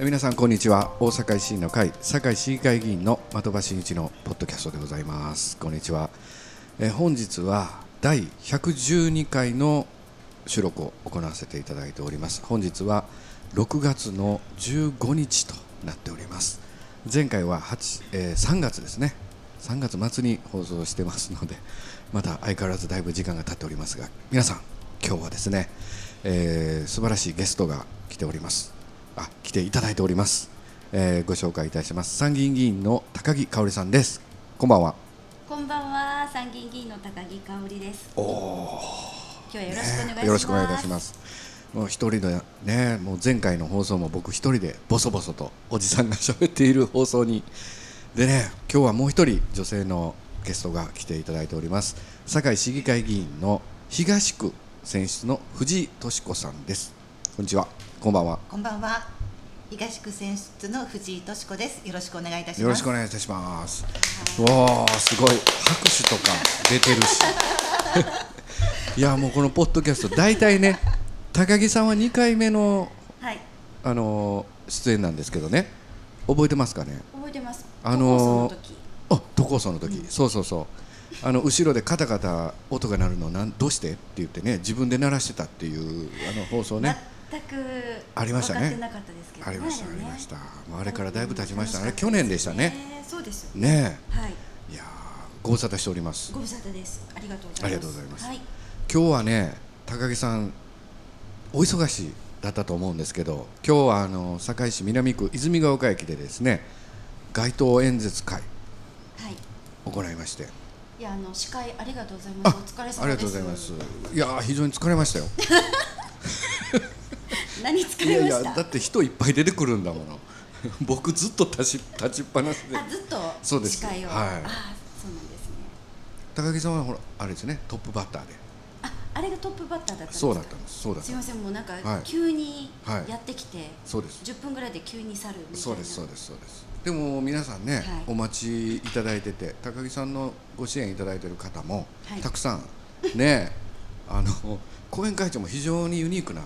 皆さんこんにちは大阪維新の会堺市議会議員の的場真一のポッドキャストでございますこんにちはえー本日は第112回の収録を行わせていただいております本日は6月の15日となっております前回は8、えー3月ですね3月末に放送してますので まだ相変わらずだいぶ時間が経っておりますが皆さん今日はですね、えー素晴らしいゲストが来ておりますあ来ていただいております、えーご紹介いたします参議院議員の高木香織さんですこんばんはこんばんは、参議院議員の高木香織です。今日はよろしくお願いします。よろしくお願いいたします。もう一人でね、もう前回の放送も僕一人でボソボソとおじさんが喋っている放送に。でね、今日はもう一人女性のゲストが来ていただいております。堺市議会議員の東区選出の藤井敏子さんです。こんにちは。こんばんは。こんばんは。東区選出の藤井敏子です。よろしくお願いいたします。よろしくお願いいたします。わあ、すごい拍手とか出てるし。 いやもうこのポッドキャスト大体ね、高木さんは2回目のはい、あのー出演なんですけどね覚えてますかね覚えてます。あ高校の生の時あ都構想の時、そうそうそうあの後ろでカタカタ音が鳴るのなんどうしてって言ってね自分で鳴らしてたっていうあの放送ね全く。ありましたね分かってなかったですけど、ありましたあねりました、ねもうあれからだいぶ経ちましたうねんあれ去年でしたね。そうです。ねはい、えいやーご無沙汰しておりますご無沙汰です。ありがとうございます。ありがとうございますはい、今日はね高木さんお忙しいだったと思うんですけど今日はあの堺市南区泉ヶ丘駅でですね街頭演説会はい、行いましていや、あの司会ありがとうございます。お疲れ様です。ありがとうございます。いやー非常に疲れましたよ。 何疲いれやまいした。やだって人いっぱい出てくるんだもの。 僕ずっと立ち立ちっぱなしで。あ、ずっと。そうです司会を。はいああ、そうなんですね。高木さんはほらあれですねトップバッターで。あ、あれがトップバッターだったんですか。そうだったんです。そうだっすたんみまです。せん、もうなんかはい急にはいやってきて、そうです。 10分ぐらいで急に去るみたいな。そうですそうですそうです。でも皆さんね、いお待ちいただいてて高木さんのご支援いただいてる方も、はいたくさんね あの講演会長も非常にユニークなあ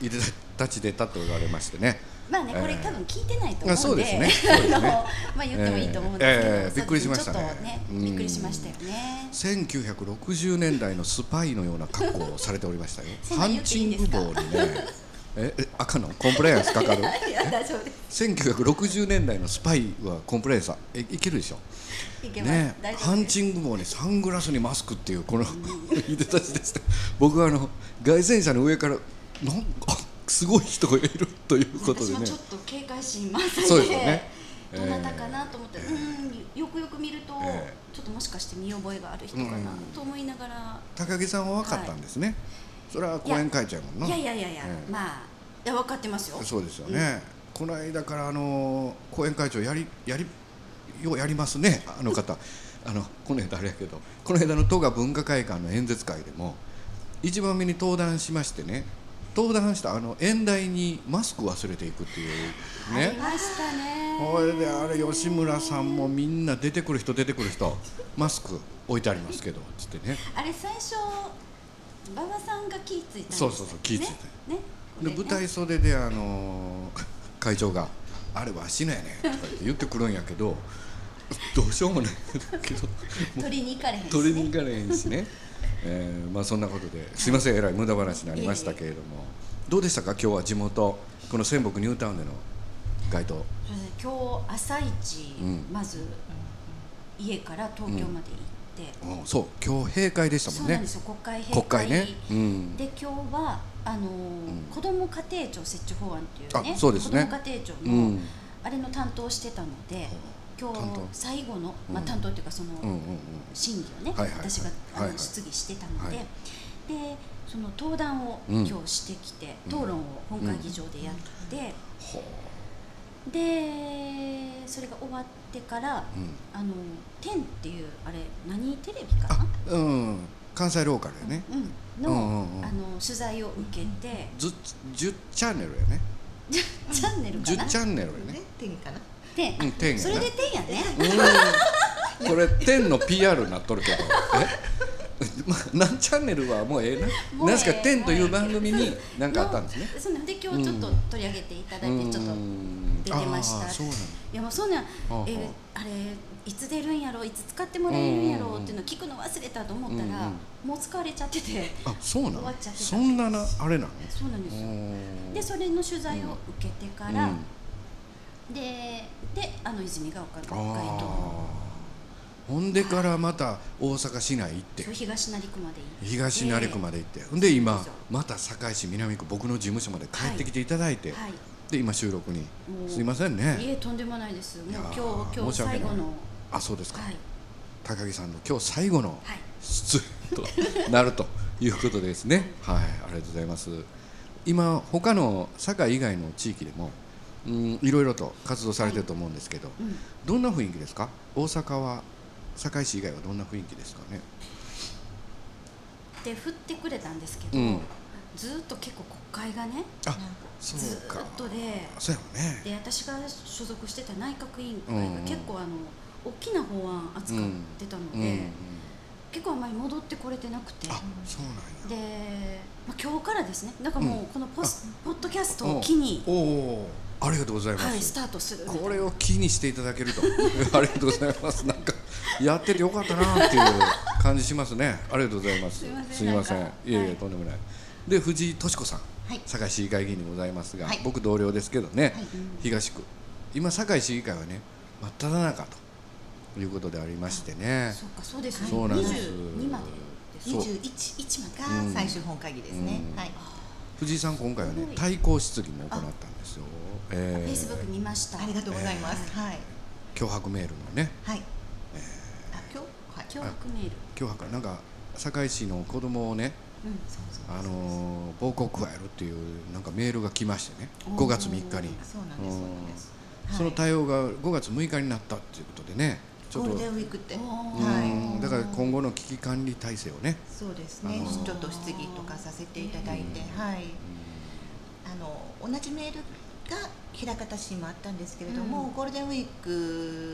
のいでた立ちで立っておられましてね。まあね、これえー多分聞いてないとあそ思ううんで、です ねそうですねあのまあ言ってもいいと思うんですけど、えーえーびっくりしましたねちょっとね、うんびっくりしましたよね。 1960年代のスパイのような格好をされておりましたよ そ。んハなんン言っていチいんンですグか棒にね。え、えあかんのコンプライアンスかかる。 いや大丈夫です。 1960年代のスパイはコンプライアンスえいけるでしょ。いけます。ね、大丈ハ夫ンです。チング棒にサングラスにマスクっていうこの いでたちですね。僕はあの外線車の上からなんかすごい人がいるということ私でもねちょ。っと警戒心満載で、そうですよねどなたかなと思って、うん、よくよく見ると、えちょっともしかして見覚えがある人かなと思いながら、高木さんは分かったんですね。それは講演会長やもんな。いやいやいやいや、ええまあいや分かってますよ。そうですよね、この間からあの後援会長やりやりようやりますねあの方あのこの間あれやけどこの間の都が文化会館の演説会でも一番目に登壇しましてね登壇したあの演台にマスク忘れていくっていうありねましたこね。れであれ吉村さんもみんな出てくる人出てくる人マスク置いてありますけどつってねあれ最初馬場さんが気ぃついたんですそうそうそう気ぃついたね。ねでこれね舞台袖であのー 会長が「あれわしのやねん」とか言って言ってくるんやけど どうしようもないけど 取りに行かれへんしね取りに行かれへんしね、えーまあそんなことですいませんえらい無駄話になりましたけれどもどうでしたか今日は地元この仙北ニュータウンでの街頭それで今日朝一、うんまず家から東京まで行って、うんそう今日閉会でしたもそんうなんねですよ国会閉国会会ね、うん、で今日はあのーん子ども家庭庁設置法案っていうねあそうですね子ども家庭庁うの、んあれの担当をしてたので今日担当最後の、うんまあ、担当っていうかその、うんうんうん審議をね、はいはいはい私があの、はいはい質疑してたので、はいでその登壇をうん今日してきて、討論を本会議場でやって。ほでそれが終わってからううん「あの天」っていうあれ何テレビかあな、うん、関西ローカルやねうん、の,、うんうんうんあの取材を受けて、ず10チャンネルやねチャンネルかな10チャンネルやねね、天かな。天うん天やなそれで天やねうんこれ天の PR になっとるけどえ まあ、なんチャンネルはもうええな。もうなええんすか、天という番組に、なんかあったんですね。そうなんで今日ちょっと取り上げていただいてちょっと出てましたあーそうなんだいやもうそんなんあえーあれいつ出るんやろいつ使ってもらえるんやろっていうの聞くの忘れたと思ったら、うんもう使われちゃっててあ、そうな終わのっ。ちゃってたそんなな、あれなの。そうなんでおすよーでそれの取材を受けてかうら、んでであの泉が丘のあ北海道のーほんでからまた大阪市内行ってそう東成区まで行って東成区まで行ってほんそでうなん今ですよまた堺市南区僕の事務所まで帰ってきていただいてはいで今収録にもうすいませんいねえとんでもないですもういや今ー日今申日し訳最ない後のあそうですかはい高木さんの今日最後のはい 出演となるということですねはいありがとうございます今他の堺以外の地域でもうんいろいろと活動されてると思うんですけどうんどんな雰囲気ですか大阪は堺市以外はどんな雰囲気ですかねで振ってくれたんですけど、うんずーっと結構国会がねあそずうかーっとでそうやろねで私が所属してた内閣委員会うんうがん結構あの大きな法案扱ってたので、結構あんまり戻ってこれてなくてあそうなんやで、まあ、今日からですねだからもうこのポス、ポッドキャストを機に、おおーありがとうございまはい、スす、タートするこれを機にしていただけると ありがとうございますなんかやっててよかったなっていう感じしますねありがとうございますすいませんいませんなんいかえいえ、はいとんでもないで藤井敏子さん、はい堺市議会議員でございますが、はい僕同僚ですけどね、はい東区今堺市議会はね真っ只中ということでありましてねそうかそうですねそうなんです22までですそうね21一までうんが最終本会議ですね、うんはい藤井さん今回はすねごい対抗質疑も行ったんですよ、えフェイスブックー、見ましたありがとうございます、はい脅迫メールのねはい、あ今日は脅い迫メール脅迫なんか堺市の子供をね、うんそうそうあのー暴行を加えるっていうなんかメールが来ましてね5月3日にそうなんですそうなんですはいその対応が5月6日になったっていうことでねちょっゴーとルデンウィークっておーうんはいだから今後の危機管理体制をねそうですね、あのーちょっと質疑とかさせていただいて、うんはいあの同じメールが枚方市にもあったんですけれども、うんゴールデンウィー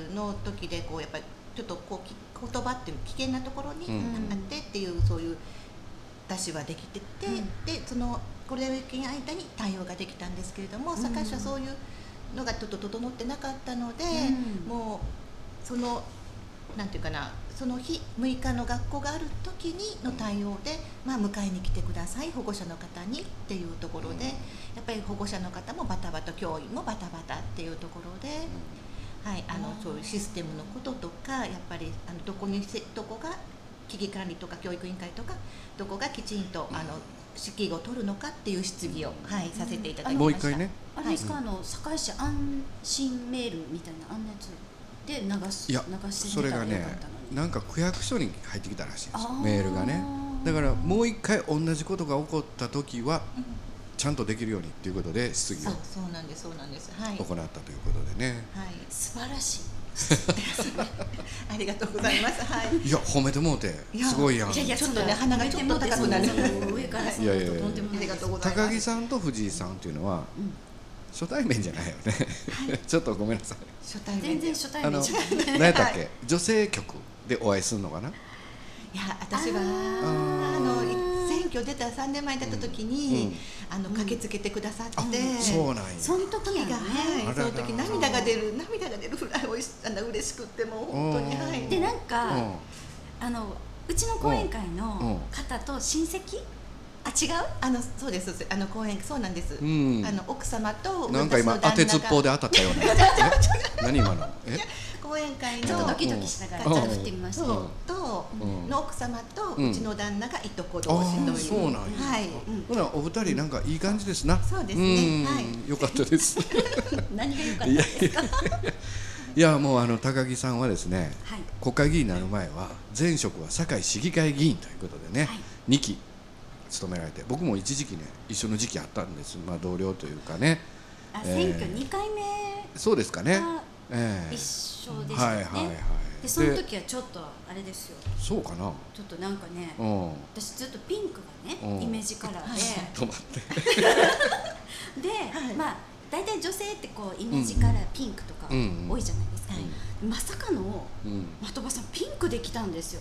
クの時でこうやっぱりちょっとこうき言葉っていう危険なところにうんあってっていう、そういう出しはできてて、うんでそのゴールデンウィークの間に対応ができたんですけれどもうん堺市はそういうのがちょっと整ってなかったので、うんもうそのなんていうかなその日6日の学校がある時にの対応で、まあ、迎えに来てください保護者の方にっていうところで、やっぱり保護者の方もバタバタ教員もバタバタっていうところで、はい、あのあーそういうシステムのこととかやっぱりあのどこにせどこが危機管理とか教育委員会とかどこがきちんとあの指揮を取るのかっていう質疑を、はい、させていただきました。もう一回ねあれですか、あの堺市安心メールみたいなあんなやつで流すいや流してそみれたがらよねかったのになんか区役所に入ってきたらしいんですよあーメールがねだからもう一回同じことが起こった時はうんちゃんとできるようにということで質疑そをうそうなんですそうなんですはい、行はい、ったということでね素晴らしいありがとうございますはい いや褒めてもうてやすごいやんいやいやちょっとそんねな鼻がちょっと高くなるちょっと上からそんなこととんでもあなりいがとうございます高木さんと藤井さんというのはうん初対面じゃないよね ちょっとごめんなさい初対面全然でい初対あ面のじゃない何やったっけ女性局でお会いするのかなや私はあーあのい選挙出た3年前だった時うんうんに、あの駆けつけてくださって、あそうなんやその時やが、はいねあららその時涙が出る涙が出るぐらいおいし あの嬉しくってもう本当にうんはいでなんうかんあのうちの講演会うんの方と親戚あ違うあのそうですそうですあの講演そうなんです、うんあの奥様となんか今私の当旦那がてつっぽうで当たったようなえ何今のえ講演会ちょっとのドキドキしながらうんちょっと振ってみましそたううんと、うんの奥様とうんうちの旦那がいとこあ同士という、ーそうなんやはい、ほなお二人なんかいい感じですなそうですねんはいよかったです何が良かったいでやすかいやもうあの高木さんはですね、はい国会議員になる前は前職は堺市議会議員ということでね、はい2期務められて僕も一時期ね一緒の時期あったんですまあ同僚というかねあえー選挙2回目そうですかねあ、ええ一緒ではしいたはいよはいねでその時はちょっとあれですよそうかなちょっとなんかねうん私ずっとピンクがうんねイメージカラーはで止まってではいまあ大体女性ってこうイメージカラーピンクとかうんうん多いじゃないですかはいまさかのうん的場さんピンクできたんですよ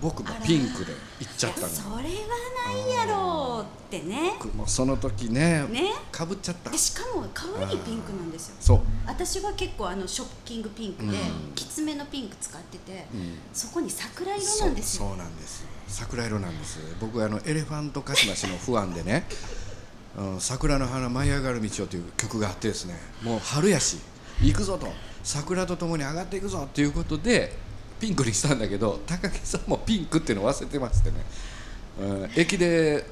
僕もピンクで行っちゃったのそれはないやろうってね僕もその時ねねかぶっちゃったでしかも可愛いピンクなんですよそう私は結構あのショッキングピンクで、うんきつめのピンク使ってて、んそこに桜色なんですそうそようなんです桜色なんです僕あのエレファントカシマシの不安でね「うん桜の花舞い上がる道を」という曲があってですねもう春やし行くぞと桜とともに上がっていくぞということでピンクにしたんだけど高木さんもピンクっていうのを忘れてましてね、うん、駅で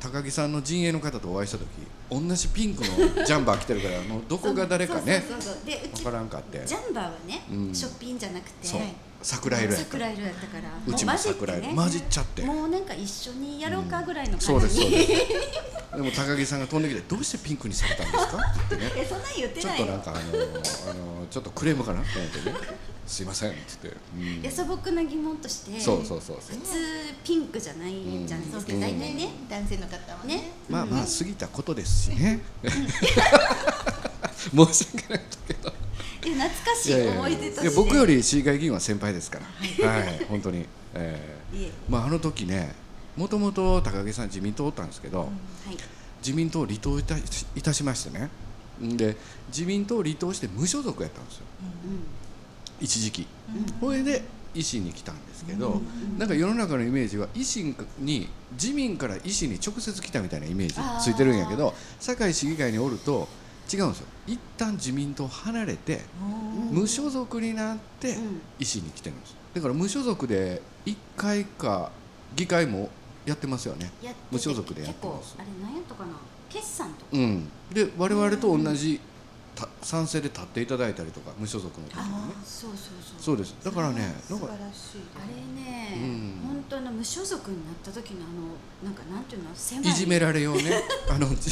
高木さんの陣営の方とお会いした時同じピンクのジャンバー着てるからもうどこが誰かねそうそうそうそうでう分ちからんかってジャンバーはね、うんショッピンじゃなくてそう桜色やった桜色やったからうちも桜色混じっちゃってもうなんか一緒にやろうかぐらいの感じそうですそうですでも高木さんが飛んできて「どうしてピンクにされたんですか?」って言 ってね えそんなん言ってちょっないとよなんかあのあのちょっとクレームかなと思ってね「すいません」って言って、うんいや素朴な疑問としてそうそうそうそ普う通ピンクじゃないじゃないですか、うん大体ね、男性の方はねねまあまあ過ぎたことですしね 申し訳ないけどいや懐かしい 思い出としていや僕より市議会議員は先輩ですからはい本当に、えいえーまああの時ねもともと高木さん自民党おったんですけど、はい自民党を離党いたいたしましてねで自民党を離党して無所属やったんですよう一時期、んうんこれで維新に来たんですけど、うんなんか世の中のイメージは維新に自民から維新に直接来たみたいなイメージついてるんやけど堺市議会におると違うんですよ一旦自民党離れてうん無所属になってうん維新に来てるんですだから無所属で1回か議会もやってますよねやってて無所属でやってます結構あれ何やったかな決算とかうんで我々と同じた賛成で立っていただいたりとか無所属の時もねあそうそうそうそうですだからねな素んか晴らしいですあれね、うん本当の無所属になった時のあのなんかなんていうの狭いいじめられ ようねあのじ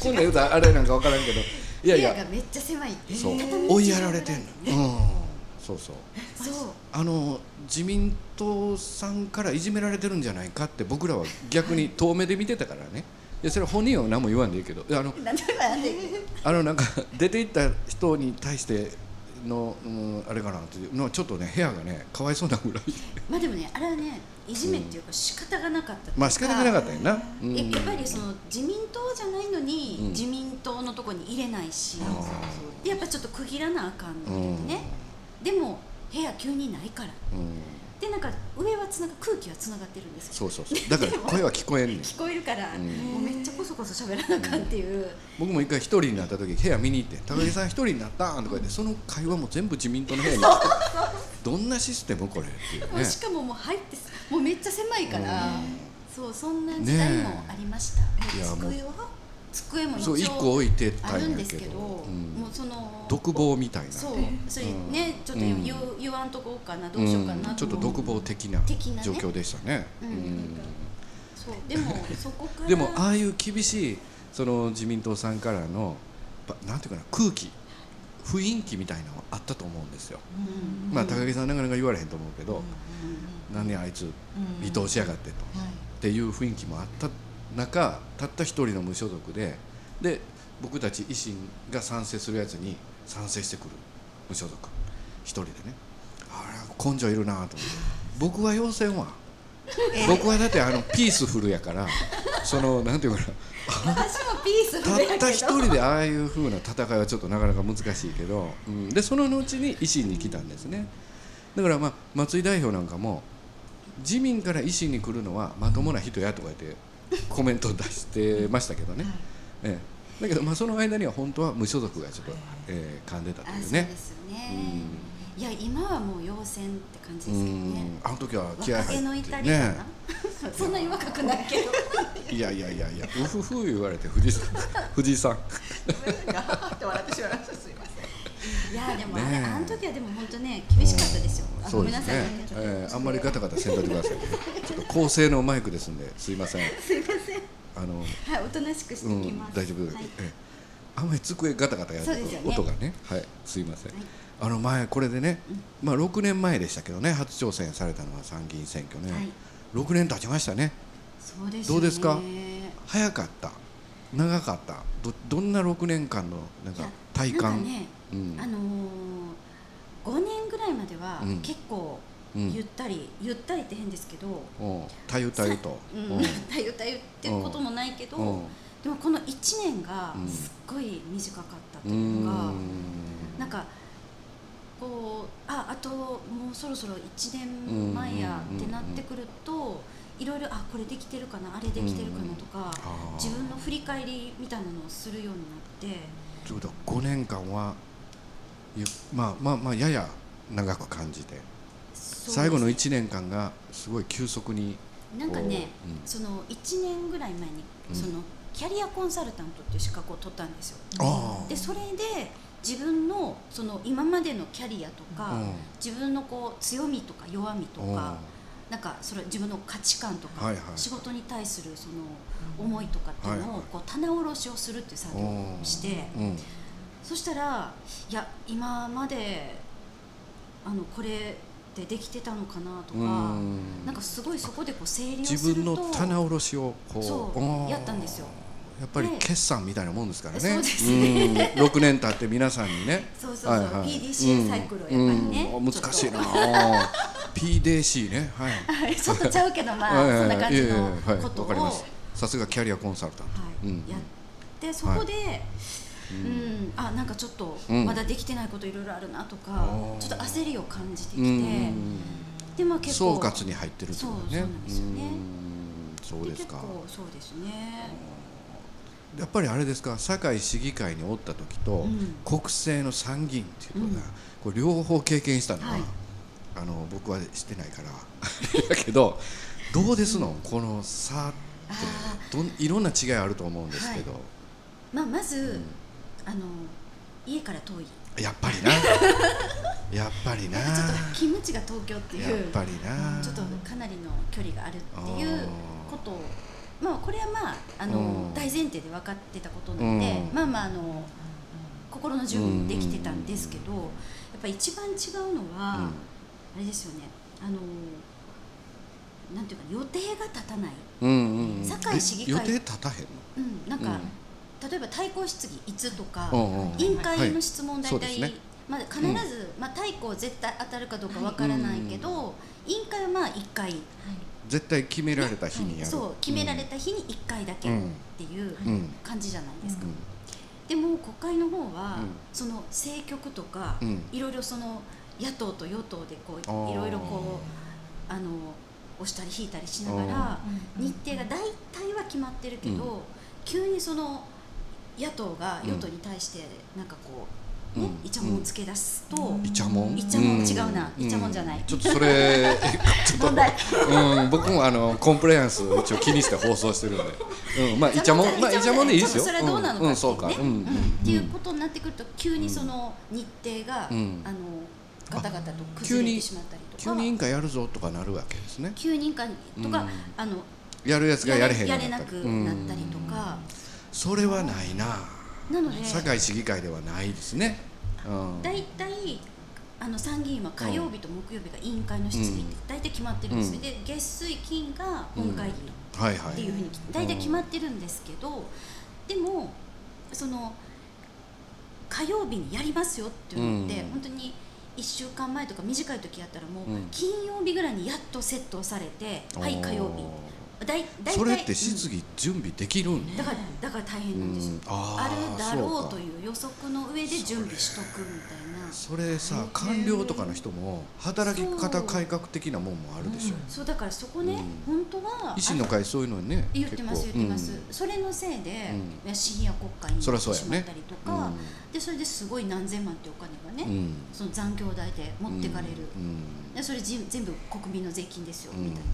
こんなん言うたらあれなんか分からんけどいやい部屋やがめっちゃ狭いってそう片道追いやられてんねのうんそうそうそうあの自民党さんからいじめられてるんじゃないかって僕らは逆 に遠目で見てたからねいやそれは本人は何も言わんでいいけどいやあのなんでなんであのなんか出て行った人に対しての、うん、あれかなっていうのはちょっとね部屋がねかわいそうなぐらいまあでもねあれはねいじめっていうか仕方がなかったっていうかまあ仕方がなかったよな、うやんやっぱりその自民党じゃないのに、うん自民党のとこに入れないし、あやっぱちょっと区切らなあかんのでね、でも部屋急にないからーうんでなんか上はつなが空気はつながってるんですよそうそうそうだから声は聞こえんねん聞こえるから、うんもうめっちゃこそこそ喋らなあかんっていう、僕も一回一人になった時部屋見に行って「高木さん一人になったん」とか言ってその会話も全部自民党の部屋に行ってどんなシステムこれっていうもうねしかももう入ってすもうめっちゃ狭いから、そうそんな時代ねえもありました、いやもう机は机も一そう一個応置いてあたるんんやですけけど、ど、うもんう、その独房みたいなそうう、それね、ちょっとうん言う言わんとこうかな、どうしようかなと思ん、うちょっと独房的な的なね状況でしたねうんうそう、でも、そこから。んでもああいう厳しいその自民党さんからのばなんていうかな空気雰囲気みたいなのはあったと思うんですよ、うんまあ高木さんなかなか言われへんと思うけど、う何あいつ離党しやがってと、はいっていう雰囲気もあった中たった一人の無所属でで僕たち維新が賛成するやつに賛成してくる無所属一人でねあら根性いるなと思って僕は要せんわ僕はだってあのピースフルやからそのなんていうかな私もピースたフルやけっどた一人でああいう風な戦いはちょっとなかなか難しいけど、うん、でその後に維新に来たんですねだから、まあ、松井代表なんかも自民から維新に来るのはまともな人やとか言ってコメントを出してましたけどね、ええ、だけど、まあ、その間には本当は無所属がちょっと、ええ、噛んでたとあ、いそううねですよね。いや、今はもう要戦って感じうですけどねん。あの時は気合若入気のっ至りてかねな。 そんなに若くないけど。いやいやいやいやうふふ言われて藤井さん藤井さんごめんなさいガーッて笑ってしまいましたすいませんいや、でも、あねれ、えあの時はでも、本当ね、厳しかったですよ。あそごうめでんすなねさいね。えーあんまりガタガタせんといてください ね。ちょっと高性能マイクですんで、すいません。すいません。あの、はい、おとなしくしてういきんま、す。大丈夫。はいええあんまり机ガタガタやるとそうですよね音がね、はい、すいませんはい。あの前これでね、まあ6年前でしたけどね、初挑戦されたのは参議院選挙ねはい。 6年経ちましたね。そうです。どうですか早かった、長かった。どどんな6年間のなんいかや体なんか感、ね、うんあのー、5年ぐらいまではうん結構、ううんゆったりゆったりって変ですけど、うんたゆたゆとううんん、たゆたゆってこともないけど、うんでもこの1年がうんすっごい短かったとうーいうんか、なんかこうああともうそろそろ1年前やうんうんうんうんってなってくるといろいろあこれできてるかなあれできてるかなとか、あー自分の振り返りみたいなのをするようになってということは5年間はゆまあまあまあやや長く感じて最後の1年間がすごい急速になんかね、こううんその1年ぐらい前に、うんそのキャリアコンサルタントっていう資格を取ったんですよ。あーでそれで自分のその今までのキャリアとか、うん自分のこう強みとか弱みとか、なんかそれ自分の価値観とか、はいはい仕事に対するその思いとかっていうはいのはをいこう棚卸しをするっていう作業をして、うんうんそしたらいや今まであのこれでできてたのかなとか、うんなんかすごいそこでこう整理をすると自分の棚卸しをこうそううんやったんですよやっぱりで決算みたいなもんですからねそうですねうん6年経って皆さんにね そうそうそう PDCA サイクルをやっぱりねうんうん難しいな ちょっ PDC ねはい はいちょっとちゃうけどまはいあはそいはんない感じいえいえのはいことわを、かりはますさすがキャリアコンサルタントいうんやってそこで、うんあなんかちょっとうんまだできてないこといろいろあるなとか、あーちょっと焦りを感じてきて、うんうんでまあ結構総括に入ってるってことねそうそうなんですよねうんそうでです結か構そうですねやっぱりあれですか堺市議会におった時と、うん国政の参議院っていうのが、うんこれ両方経験したのは、はいあの僕はしてないから だけどどうですの、この差あどんいろんな違いあると思うんですけど、ーまあまず、うんあの家から遠いやっぱ りなやっぱりなちょっと勤務地が東京っていうやっぱりなちょっとかなりの距離があるっていうことをまあこれはまああうんの大前提で分かってたことなんで、うんまあまああの心の準備もできてたんですけど、やっぱ一番違うのは、うんあれですよねあのなんていうか予定が立たない、うんうんうん堺市議会え予定立たへんのうん、なんか、例えば対抗質疑いつとか、うんうん委員会の質問はい大そうで体、すねまあ、必ず、まあ、対抗絶対当たるかどうかわからないけど、委員会はまあ1回絶対決められた日にやる、そう決められた日に1回だけっていううん感じじゃないですか、うんでも国会の方は、うんその政局とか、うんいろいろその野党と与党でこあーういろいろこうあの押したり引いたりしながらうん日程が大体は決まってるけど、う急にその野党が与党に対してなんかこう、ねうんイチャモンつけ出すと、イチャモンイチャモンん違うなイチャモンじゃないちょっとそれ ちょっと問題うん僕もあのコンプライアンスを一応気にして放送してるんでうんまあ イチャモンまあイチャモンでいいですよちょっとそれはどうなのんんかっていそううかねううんんっていうことになってくると急にその日程が、うんあのガタガタと崩れてしまったりとか急に委員会やるぞとかなるわけですね急にかとか、うんあのやるやつがやれへんようやにれななったくりなったりとうんか、それはないななので堺市議会ではないですねうん大体あの参議院は火曜日と木曜日が委員会の質疑って大体決まってるんですよ、うんで月水金が本会議はいはっていういふうに大体決まってるんですけどでもその火曜日にやりますよっていうのって、うん本当に1週間前とか短い時やったらもううん金曜日ぐらいにやっとセットされて、はい火曜日だい大体それってうん質疑準備できるんだからだから大変なんですよ、うんああーるだろそううかという予測の上で準備しとくみたいなそそれさ官僚とかの人も働き方そう改革的なもんもあるでしょ、うんうだからそこね、うん本当は維新の会そういうのねあ言ってます言結って構ます、それのせいで、う深夜国会にそなりゃってそうやしまねったりとうんかでそれですごい何千万っていうお金がうね、んその残業代で持ってかれる、うんでそれじ全部国民の税金ですよ、うんみたいな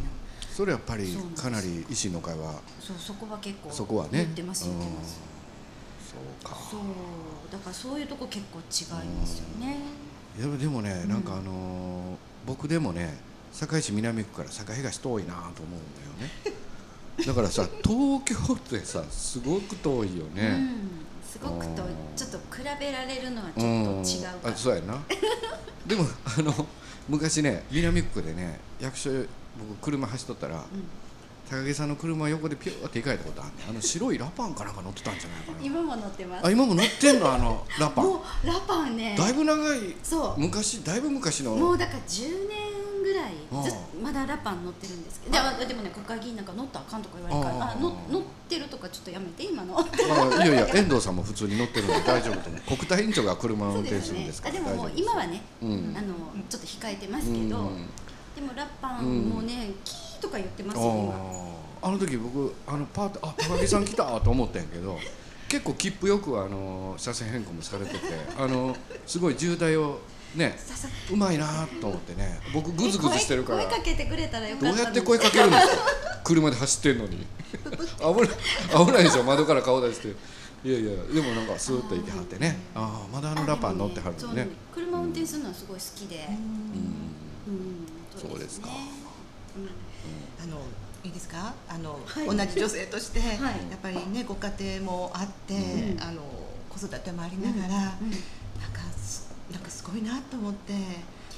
それやっぱりそうなんですかなり維新の会はそうそこは結構そこはね言ってます言ってます、そうかそうだからそういうとこ結構違いますよね、いやでもねうんなんかあのー僕でもね堺市南区から堺東遠いなと思うんだよ ねだからさ東京ってさすごく遠いよね、うん、すごくうとんちょっと比べられるのはちうんょっと違うかあそうやなでもあの昔ね南区でね役所僕車走っとったら、うん高木さんの車横でピューって行かれたことあんねんあの白いラパンかなんか乗ってたんじゃないかな今も乗ってますあ今も乗ってんのあのラパンもうラパンねだいぶ長いそう昔だいぶ昔のもうだから10年ぐぐらいうんずっまだラパン乗ってるんですけどであでもね国会議員なんか乗ったらあかんとか言われるからああーの乗ってるとかちょっとやめて今の まあいやいや遠藤さんも普通に乗ってるんで大丈夫と思う国体委員長が車を運転するんですかあらでももう大丈今はね夫ですあのうんちょっと控えてまうすんけうどんでもラパンもねキーとか言ってますよ今あーあの時僕あのパーってあ高木さん来たと思ったんやけど結構切符よくあの車線変更もされててあのすごい渋滞をねささうまいなと思ってね僕グズグズしてるから声声かけてくれたらよかっどたのうにやって声かけるんですか車で走ってんのに危ない危ないでしょ窓から顔出していやいやでもなんかスーッと行きはってねああまだあのラパー乗ってはるあのでもねそう車運転するのはすごい好きで、うんうんそうですかねあのいいですかあの、はい同じ女性として、はいやっぱりねご家庭もあって、うんあの子育てもありうんながら、うんなんかすなんかすごいなと思って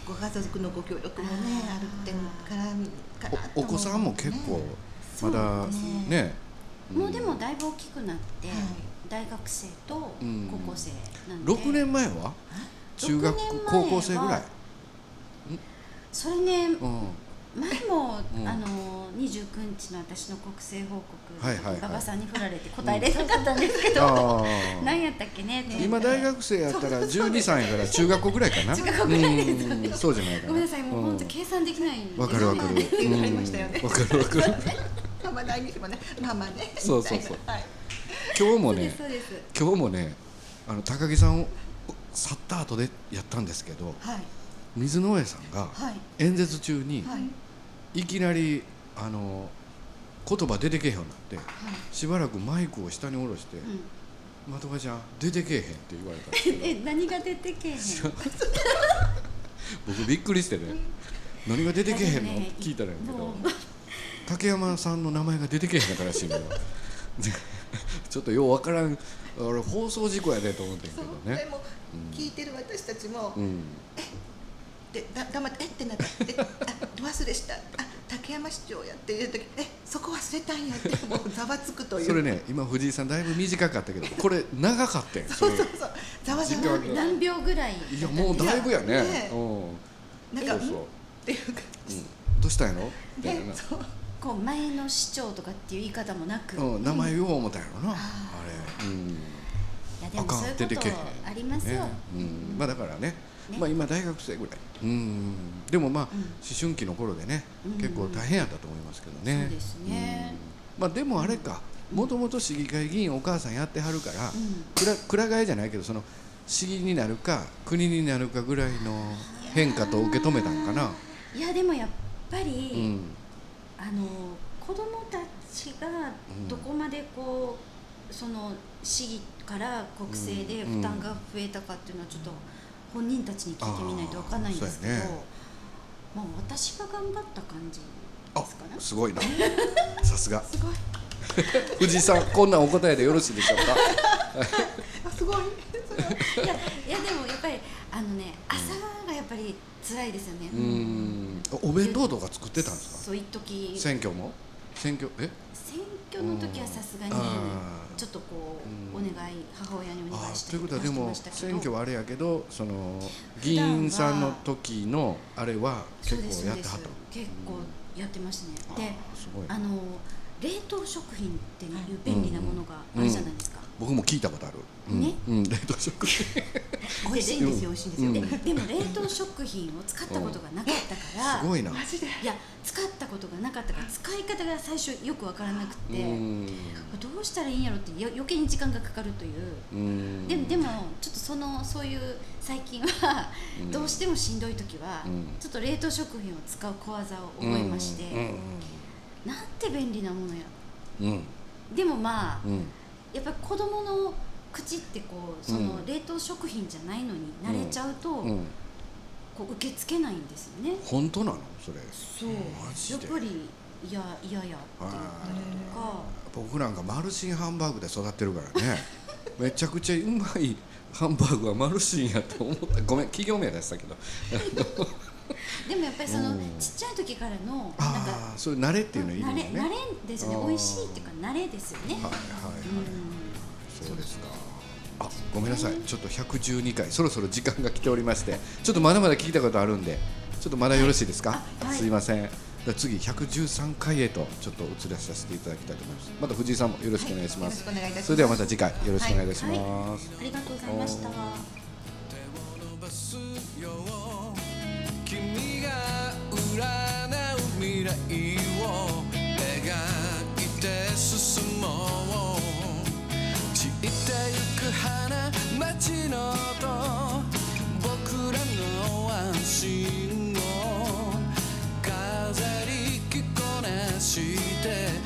ご家族のご協力もねあーあるってからかなとおお思う子さんも結構ねまそうだですねねんもうでもだいぶ大きくなって、はい大学生とう高ん校生なんで、 6年前は中学六年前は高校生ぐらい、それねうん、前も、うんあの29日の私の国政報告はいの時、はいはい馬場さんに振られて答えれなかったんですけど、あ 何ーやったっけねと思って今大学生やったら12歳やから中学校ぐらいかな中学校ぐらいですよねうんそうじゃないかなごめんなさいもう本当ん計算できないんですよわかるわかる計算になりましたよねうんわかるわかるママ大日もねママねそうそうそうみたいなはい今日もそうでねす そうです今日もねあの高木さんを去った後でやったんですけどはい水野上さんがはい演説中にはいいきなりあの言葉出てけへんようになってしばらくマイクを下に下ろしてうん「まとかちゃん出てけへん」って言われたんですけどえ何が出てけえへん僕びっくりしてね何が出てけへんのあのね聞いたらやけもどう竹山さんの名前が出てけへんかったら しいのよでちょっとようわからん俺放送事故やでと思ってんけそうどでねも聞いてる私たちも、うんでだ黙ってえってなってであど忘れしたあ竹山市長やっていう時えそこ忘れたんやってもうざわつくというそれね今藤井さんだいぶ短かったけどこれ長かったよそうそうそうざわざわ時間が何秒ぐらいいやもうだいぶやねねうんなんかそうそう、っていう感じうん、どうしたんやろみたいでな、そうこう前の市長とかっていう言い方もなく、うん、名前よう思ったんやろな、あれいやうんでもそういうことありますよ、ねうん、まあだからねねまあ今大学生ぐらいうんでもまあ、うん思春期の頃でねうん結構大変やったと思いますけどね、そうですねうんまあでもあれかもともと市議会議員お母さんやってはるから、うんくらくら替えじゃないけどその市議になるか国になるかぐらいの変化と受け止めたんかな。いやでもやっぱり、うんあの子どもたちがどこまでこう、その市議から国政で負担が増えたかっていうのはちょっと本人たちに聞いてみないとわかんないんですけど、あーそうやねまあ私が頑張った感じあですかね。すごいなさすがすごい藤井さんこんなんお答えでよろしいでしょうか。あすごいそれはいやいやでもやっぱりあのね朝がやっぱり辛いですよね。うんお弁当とか作ってたんですかそう一時選選挙も選挙え挙の時はさすがにうんあーちょっとこううおん願い母親にお願あいーしたといりうとことかはでしてもましたけど選挙はあれやけどその議員さんの時のあれはそう結で構すそやうってではすった結構やってましたねであーすごいあの冷凍食品っていう便利なものがあるじゃないですか、僕も聞いたことある、うんねうん、冷凍食 品美味しいんですよ美味しいんですよ、うんですでも冷凍食品を使ったことがなかったから、すごいなマジでいや使ったことがなかったから使い方が最初よくわからなくて、うんどうしたらいいんやろってよ余計に時間がかかるという、うんででもちょっとそのそういう最近はうんどうしてもしんどい時は、うんちょっと冷凍食品を使う小技を覚えまして、うんなんて便利なものやうんでもまあ、うんやっぱり子供の口ってこうそのうん冷凍食品じゃないのに慣れちゃうと、うんこう受け付けないんですよね。本当なのそれそうマジやっでぱりいやいやいやっていうかあー僕なんかマルシンハンバーグで育ってるからね めちゃくちゃうまいハンバーグはマルシンやと思ったごめん企業名出したけどでもやっぱりそのうんちっちゃい時からのなんかああそういう慣れっていうのいいよ慣れね慣れですよねあー美味しいっていうか慣れですよね。はいはいはい、うそうですか。あ、ごめんなさい。ちょっと112回、そろそろ時間が来ておりまして、ちょっとまだまだ聞いたことあるんで、ちょっとまだよろしいですか、あはいすいませんじゃあ次113回へとちょっと移らさせていただきたいと思いますまた藤井さんもよろしくお願いします,、はいよろしくお願いいたしますそれではまた次回よろしくお願いいたします、ありがとうございました。手を伸ばすよ君が占う未来を描いて進もう散ってゆく花街の音僕らの安心を飾り着こなして